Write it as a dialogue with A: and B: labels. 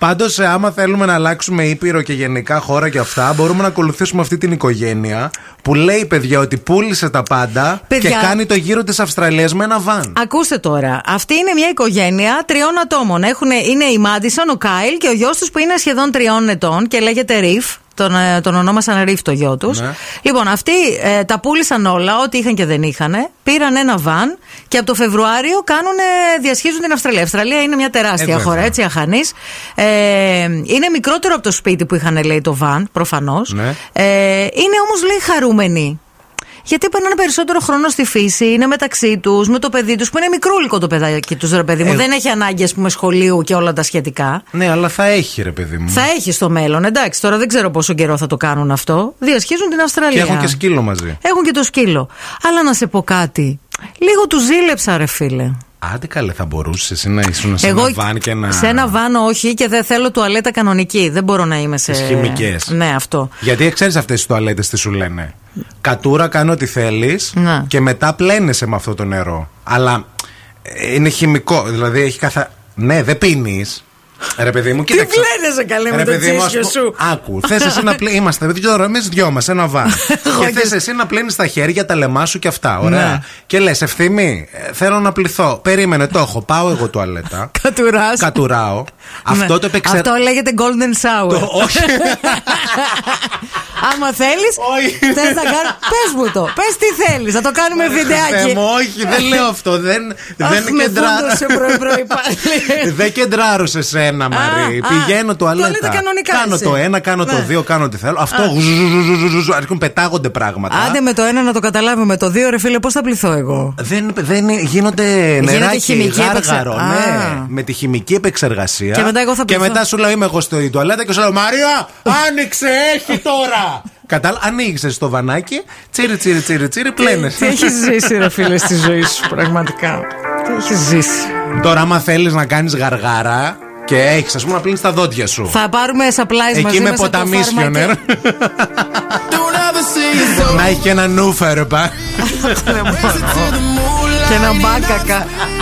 A: Πάντως, ε, άμα θέλουμε να αλλάξουμε ήπειρο και γενικά χώρα και αυτά, μπορούμε να ακολουθήσουμε αυτή την οικογένεια που λέει, παιδιά, ότι πούλησε τα πάντα
B: Παιδιά.
A: και κάνει το γύρο της Αυστραλίας με ένα βαν.
B: Ακούστε τώρα. Αυτή είναι μια οικογένεια τριών ατόμων. Έχουνε, είναι η Μάντισον, ο Κάιλ και ο γιος τους που είναι σχεδόν τριών ετών και λέγεται Ριφ. Τον, ε, τον ονόμασαν Ριφ το γιο τους.
A: Ναι.
B: Λοιπόν, αυτοί ε, τα πούλησαν όλα, ό,τι είχαν και δεν είχαν. Πήραν ένα βαν και από το Φεβρουάριο κάνουνε, διασχίζουν την Αυστραλία. Η Αυστραλία είναι μια τεράστια
A: βέβαια.
B: χώρα, έτσι, αχανής. Ε, είναι μικρότερο από το σπίτι που είχαν, λέει, το βαν, προφανώς.
A: Ναι.
B: Ε, είναι όμως, λέει, χαρούμενοι. Γιατί περνάνε περισσότερο χρόνο στη φύση, είναι μεταξύ τους, με το παιδί τους, που είναι μικρούλικο το παιδάκι τους, ρε παιδί μου.
A: Ε,
B: Δεν έχει ανάγκη, ας πούμε, σχολείου και όλα τα σχετικά.
A: Ναι, αλλά θα έχει, ρε παιδί μου.
B: Θα έχει στο μέλλον, εντάξει, τώρα δεν ξέρω πόσο καιρό θα το κάνουν αυτό. Διασχίζουν την
A: Και
B: Αυστραλία.
A: έχουν και σκύλο μαζί.
B: Έχουν και το σκύλο. Αλλά να σε πω κάτι. Λίγο του ζήλεψα, ρε φίλε.
A: Άντε καλέ, θα μπορούσες εσύ να ήσουν σε ένα βαν και να.
B: σε ένα βάνο όχι και δεν θέλω τουαλέτα κανονική. Δεν μπορώ να είμαι σε.
A: Τις χημικές.
B: Ναι, αυτό.
A: Γιατί ε, ξέρεις αυτές τις τουαλέτες τι σου λένε. Κατούρα, κάνω ό,τι θέλεις
B: Ναι.
A: και μετά πλένεσαι με αυτό το νερό. Αλλά ε, είναι χημικό. Δηλαδή έχει καθα. Ναι, δεν πίνεις. Ρε παιδί μου, κοίταξε.
B: πλένεσαι, καλέ, με το
A: παιδί μου, ας
B: τσίσιο
A: πού-
B: σου.
A: Άκου, θες εσύ να πλένει. Είμαστε δυο, εμείς δυο μας, ένα βαν.
B: Εγώ
A: και
B: και
A: θες εσύ να πλένεις τα χέρια, τα λεμά σου και αυτά. Ωραία.
B: Ναι.
A: Και λες, ευθύμη, ε, θέλω να πληθώ. Περίμενε, το έχω. Πάω εγώ τουαλέτα.
B: Κατουράς.
A: κατουράω. αυτό το επεξεργάζω.
B: Ναι. Αυτό λέγεται golden shower.
A: Όχι.
B: Άμα θέλεις,
A: Όχι.
B: θες να κάνω. Πες μου το. Πες τι θέλεις, θα το κάνουμε
A: Θεέ μου,
B: βιντεάκι.
A: όχι, δεν λέω αυτό. Δεν,
B: Αχ,
A: δεν
B: με
A: κεντρά-
B: βούντωσε πρωί-πρωί πάλι.
A: δεν κεντράρω σε σένα, Μαρή.
B: α,
A: Πηγαίνω τουαλέτα.
B: τουαλέτα κανονικά
A: Κάνω
B: εσύ.
A: το ένα, κάνω το
B: Ναι.
A: δύο, κάνω τι θέλω. Αυτό. ζουζουζουζουζουζου, Αρχίζουν πετάγονται πράγματα.
B: Άντε με το ένα να το καταλάβω, με το δύο ρε φίλε, πώς θα πληθώ εγώ.
A: Δεν, δεν γίνονται νεράκι
B: χημική
A: γάργαρο.
B: επεξε-
A: Ναι,
B: Α.
A: με τη χημική επεξεργασία.
B: Και μετά εγώ θα
A: Και
B: πληθώ.
A: μετά σου λέω είμαι εγώ στο η τουαλέτα και σου λέω Μαρία, άνοιξε, έχει τώρα. Κατάλα, ανοίξε το βανάκι, τσίρι, τσίρι, τσίρι, τσίρι, πλένεσαι.
B: Τι έχεις ζήσει, ρε φίλε, στη ζωή σου, πραγματικά. Τι έχεις ζήσει.
A: Τώρα, άμα θέλεις να κάνεις γαργάρα και έχεις, ας πούμε, να πλύνεις τα δόντια σου.
B: Θα πάρουμε supplies μαζί
A: Εκεί με
B: μας από το
A: ποταμίσιο ναι. νερό.
B: φάρμακι.
A: Να έχει και ένα νούφερ, πα.
B: Και ένα μπάκακα.